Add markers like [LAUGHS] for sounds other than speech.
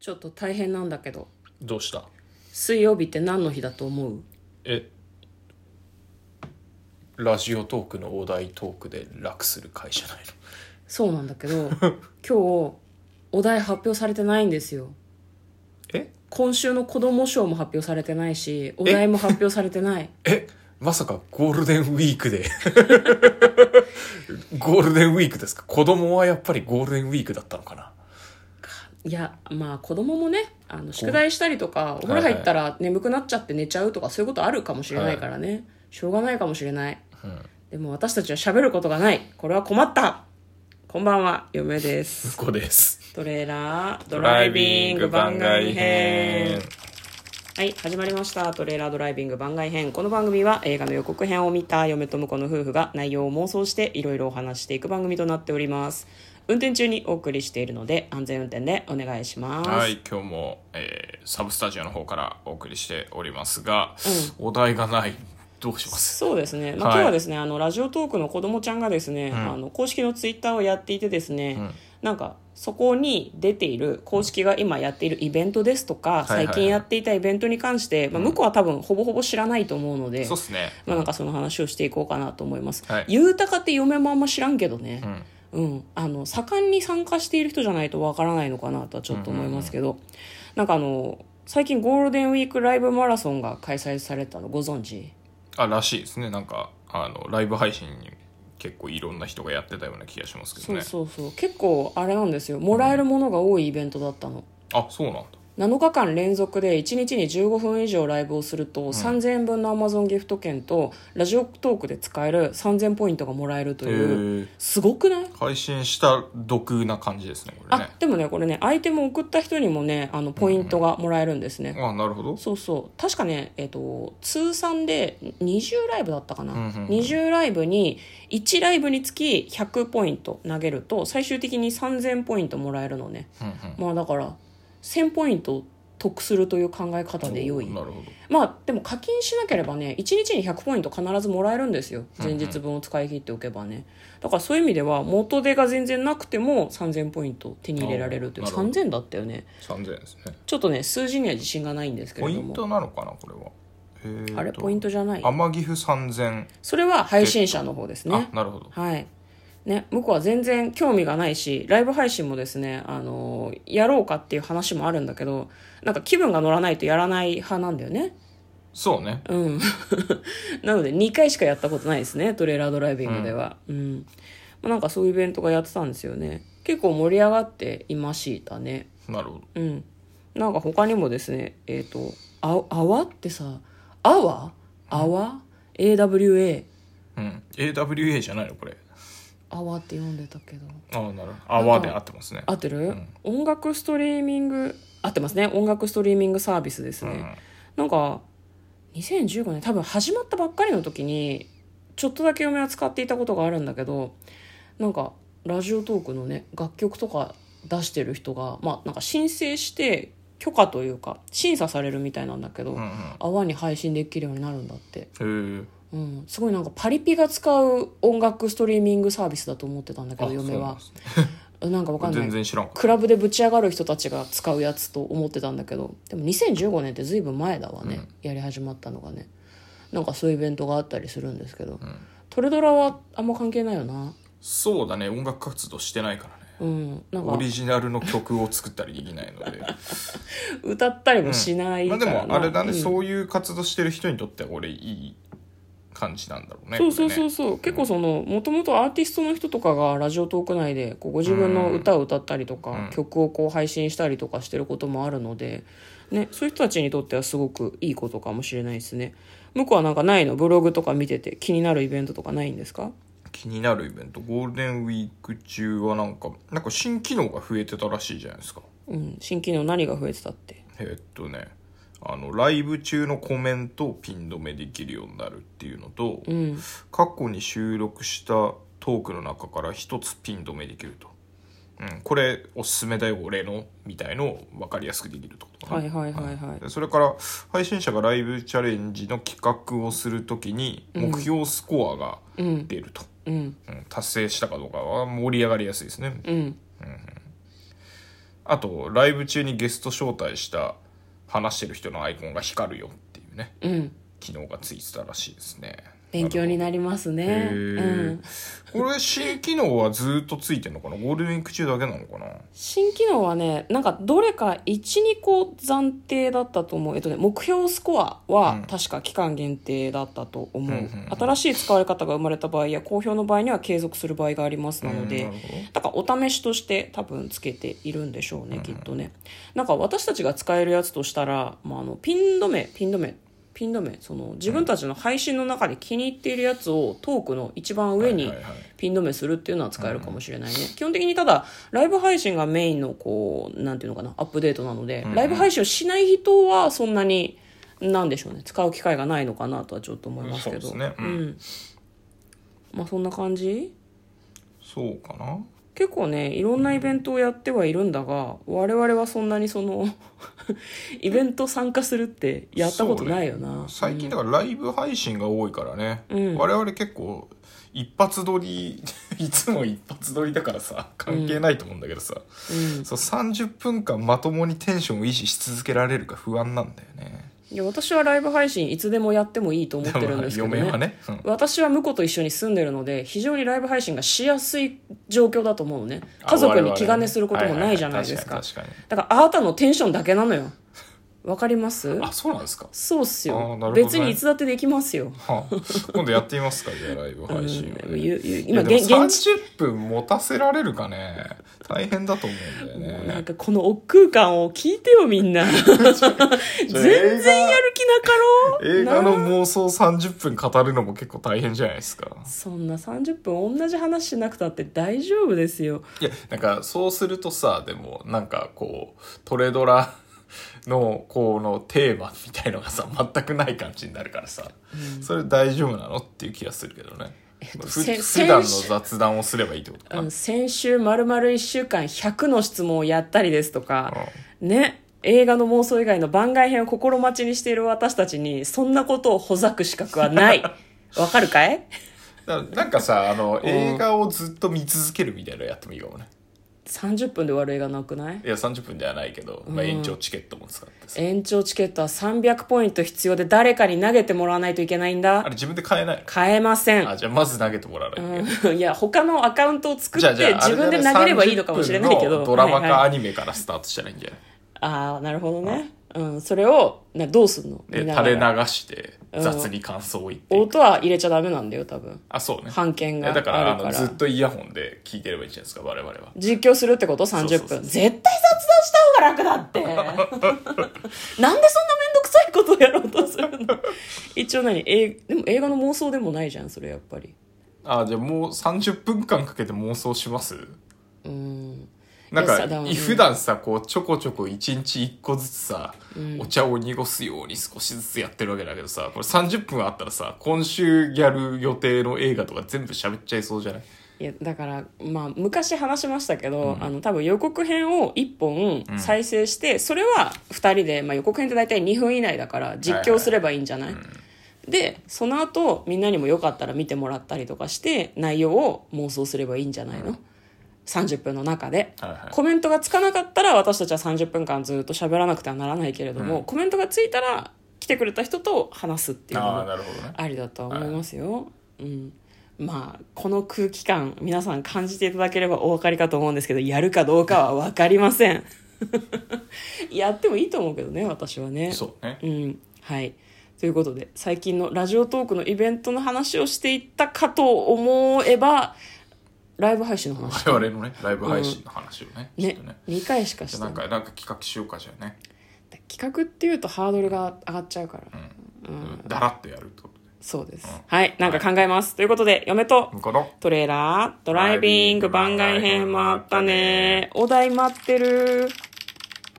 ちょっと大変なんだけどどうした水曜日って何の日だと思うえラジオトークのお題トークで楽する会じゃないのそうなんだけ [LAUGHS] ど今日お題発表されてないんですよえ今週の子供賞も発表されてないしお題も発表されてないえまさかゴールデンウィークで [LAUGHS] ゴールデンウィークですか子供はやっぱりゴールデンウィークだったのかないやまあ子供もねあの宿題したりとかお風呂入ったら眠くなっちゃって寝ちゃうとかそういうことあるかもしれないからね、しょうがないかもしれない、でも私たちは喋ることがないこれは困ったこんばんは嫁ですここですトレーラードライビング番外編はい始まりましたトレーラードライビング番外編この番組は映画の予告編を見た嫁と婿の夫婦が内容を妄想していろいろお話していく番組となっております運転中にお送りしているので安全運転でお願いします、はい今日も、えーサブスタジオの方からお送りしておりますが、お題がないどうしますそうですね、まあ、はい今日はですね、あのラジオトークの子供ちゃんがですね、あの公式のツイッターをやっていてですね、なんかそこに出ている公式が今やっているイベントですとか、はいはい最近やっていたイベントに関して、まあ、向こうは多分ほぼほぼ知らないと思うので、そうっすねまあ、なんかその話をしていこうかなと思います、はいゆうたかって嫁もあんま知らんけどね、うんあの盛んに参加している人じゃないとわからないのかなとはちょっと思いますけど、なんかあの最近ゴールデンウィークライブマラソンが開催されたのご存知あらしいですねなんかあのライブ配信に結構いろんな人がやってたような気がしますけどそうねそうそう結構あれなんですよもらえるものが多いイベントだったの、あそうなんだ7日間連続で1日に15分以上ライブをすると、3000円分の Amazon ギフト券とラジオトークで使える3000ポイントがもらえるというへえすごくない配信した毒な感じですねこれあねでもねこれねアイテムを送った人にもねあのポイントがもらえるんですね、あなるほどそうそう確かね、えっと通算で20ライブだったかな、うんうんうん20ライブに1ライブにつき100ポイント投げると最終的に3000ポイントもらえるのねうんうんまあだから1000ポイント得するという考え方で良いなるほどまあでも課金しなければね1日に100ポイント必ずもらえるんですよ前日分を使い切っておけばねだからそういう意味では元手が全然なくても3000ポイント手に入れられるというあーなるほ3000だったよね3000円ですねちょっとね数字には自信がないんですけポれイどンもトなのかなこれはえーとあれポイントじゃない天岐阜3000それは配信者の方ですねあなるほどはいね、向こうは全然興味がないしライブ配信もですね、あのやろうかっていう話もあるんだけどなんか気分が乗らないとやらない派なんだよねそうねうんなので2回しかやったことないですねトレーラードライビングではうん、まあ、なんかそういうイベントがやってたんですよね結構盛り上がっていましたねなるほどうんなんか他にもですねえっ、とあ「あわ」ってさ「あわ」「あわ」AWA「うん AWA じゃないのこれあわ」って読んでたけどあなるほど泡で合ってますね合ってる、音楽ストリーミング合ってますね音楽ストリーミングサービスですうね、んなんか2015年多分始まったばっかりの時にちょっとだけ嫁は使っていたことがあるんだけどなんかラジオトークのね楽曲とか出してる人がまあなんか申請して許可というか審査されるみたいなんだけど、うん泡に配信できるようになるんだって、うんへえうん、すごいなんかパリピが使う音楽ストリーミングサービスだと思ってたんだけあど嫁はそうなんかわかなんんないですね全然知らんかっクラブでぶち上がる人たちが使うやつと思ってたんだけどでも2015年って随分前だわね、やり始まったのがねなんかそういうイベントがあったりするんですけど、トレドラはあんま関係ないよなたそうだね音楽活動してないからねうんなんオかリジナルの曲を作ったりできないので歌ったりも [LAUGHS] しないまかあでらな、もあれだね、うんそういう活動してる人にとっては俺いい感じなんだろうねそうそうこそうそう、結構そのもともとアーティストの人とかがラジオトーク内でこうご自分の歌を歌ったりとか、曲をこう配信したりとかしてることもあるので、ね、そういう人たちにとってはすごくいいことかもしれないですね向こうはなんかないのブログとか見てて気になるイベントとかないんですかれね気になるイベントゴールデンウィーク中はなんかなんか新機能が増えてたらしいじゃないですかうん新機能何が増えてたってえーっとねあのライブ中のコメントをピン止めできるようになるっていうのと、うん過去に収録したトークの中から一つピン止めできると、うん、これおすすめだよ俺のみたいのを分かりやすくできるってことかなはいはいはいはいでそれから配信者がライブチャレンジの企画をするときに目標スコアがうん出ると、うんうん達成したかどうかは盛り上がりやすいですね、うんあとライブ中にゲスト招待した話してる人のアイコンが光るよっていうねうん機能がついてたらしいですね勉強になりますねへうーんこれ新機能はずっとついてんのかなゴールデンウィーク中だけなのかな新機能はねなんかどれか12個暫定だったと思う、えっとね、目標スコアうはん確か期間限定だったと思う,、うんうんうん新しい使われ方が生まれた場合や好評の場合には継続する場合がありますなので、うんなるほどだからお試しとして多分つけているんでしょうね、きっとねなんか私たちが使えるやつとしたら、まあ、あのピン止めピン止めピン止めその自分たちの配信の中で気に入っているやつをトークの一番上にはいはいはいピン止めするっていうのは使えるかもしれないね、基本的にただライブ配信がメインのこうなんていうのかなアップデートなので、ライブ配信をしない人はそんなになんでしょうね使う機会がないのかなとはちょっと思いますけどそうですねうんんまあそんな感じそうかな結構ねいろんなイベントをやってはいるんだが、我々はそんなにその [LAUGHS] イベント参加するってやったことないよな、そうね最近だからライブ配信が多いからね、うん我々結構一発撮り [LAUGHS] いつも一発撮りだからさ関係ないと思うんだけどさ、うんそう30分間まともにテンションを維持し続けられるか不安なんだよねいや私はライブ配信いつでもやってもいいと思ってるんですけどね [LAUGHS] 嫁はね、うん私は婿と一緒に住んでるので非常にライブ配信がしやすい状況だと思うのね家族に気兼ねすることもないじゃないですか,、はは確かに確かだからあなたのテンションだけなのよわかりますにあそうなんですか、そうっすあーよ、なるほどね別にいつだってできますよ、はあ、今度やってみますかじゃあライブ配信をね、うんゆゆいや今でも現現地30分持たせられるかね大変だと思うんだよなんねかこの億空間を聞いてよみん [LAUGHS] な全然やる気なかろう映画のなあ妄想30分語るのも結構大変じゃないですかそんな30分同じ話しなくたって大丈夫ですよいやなんかそうするとさでもなんかこうトレドラ [LAUGHS] のこのテーマみたいのがさ全くない感じになるからさ、それ大丈夫なのっていう気がするけどね、とふせ普段の雑談をすればいいってことかな、うん、先週丸々1週間100の質問をやったりですとか、ね映画の妄想以外の番外編を心待ちにしている私たちにそんなことをほざく資格はない [LAUGHS] わかるかいだなんかさあの映画をずっと見続けるみたいなのやってもいいかもね30分で終わる映画なくないいや30分ではないけど、まあ、延長チケットも使ってさ、延長チケットは300ポイント必要で誰かに投げてもらわないといけないんあれだ自分で買えない買えませんあじゃあまず投げてもらわないといけない、うんいや他のアカウントを作じゃあっじゃあて自分で投げればいいのかもしれないけあれだね30分どのドラはいマはいかアニメからスタートしたらいいんじゃない、ああなるほどね、うん、それをなどうすんの見でながら垂れ流して雑に感想を言っていく、音は入れちゃダメなんだよ多分あそうね版権があえるだかかららあのずっとイヤホンで聞いてればいいじゃないですか我々は実況するってこと30分そうそうそう絶対雑談した方が楽だって [LAUGHS] なんでそんな面倒くさいことをやろうとするの一応何えでも映画の妄想でもないじゃんそれやっぱりあじゃあもう30分間かけて妄想しますうんなんかいやさだからうん普段さこうちょこちょこ1日1個ずつさ、お茶を濁すように少しずつやってるわけだけどさこれ30分あったらさ今週やる予定の映画とか全部喋っちゃいそうじゃないいやだからまあ昔話しましたけど、あの多分予告編を1本再生して、それは2人で、まあ、予告編って大体2分以内だから実況すればいいんじゃない、でその後みんなにもよかったら見てもらったりとかして内容を妄想すればいいんじゃないの、30分の中で、はいはいコメントがつかなかったら私たちは30分間ずっと喋らなくてはならないけれども、コメントがついたら来てくれた人と話すっていうのもああなるほどねありだとは思いますよ、うん、まあこの空気感皆さん感じていただければお分かりかと思うんですけどやるかどうかは分かりません [LAUGHS] やってもいいと思うけどね私はねそうねうんはいということで最近のラジオトークのイベントの話をしていったかと思えばライブ配信の話我々のねライブ配信の話をね、ちょっねとね2回しかしじてゃあななんいかなんか企画しようかじゃあね、企画っていうとハードルが上がっちゃうから、うん、だらっとやるってことでそうです、はいなんか考えます、ということで嫁と向こうのトレーラードライビング番外編もあったねお題待ってる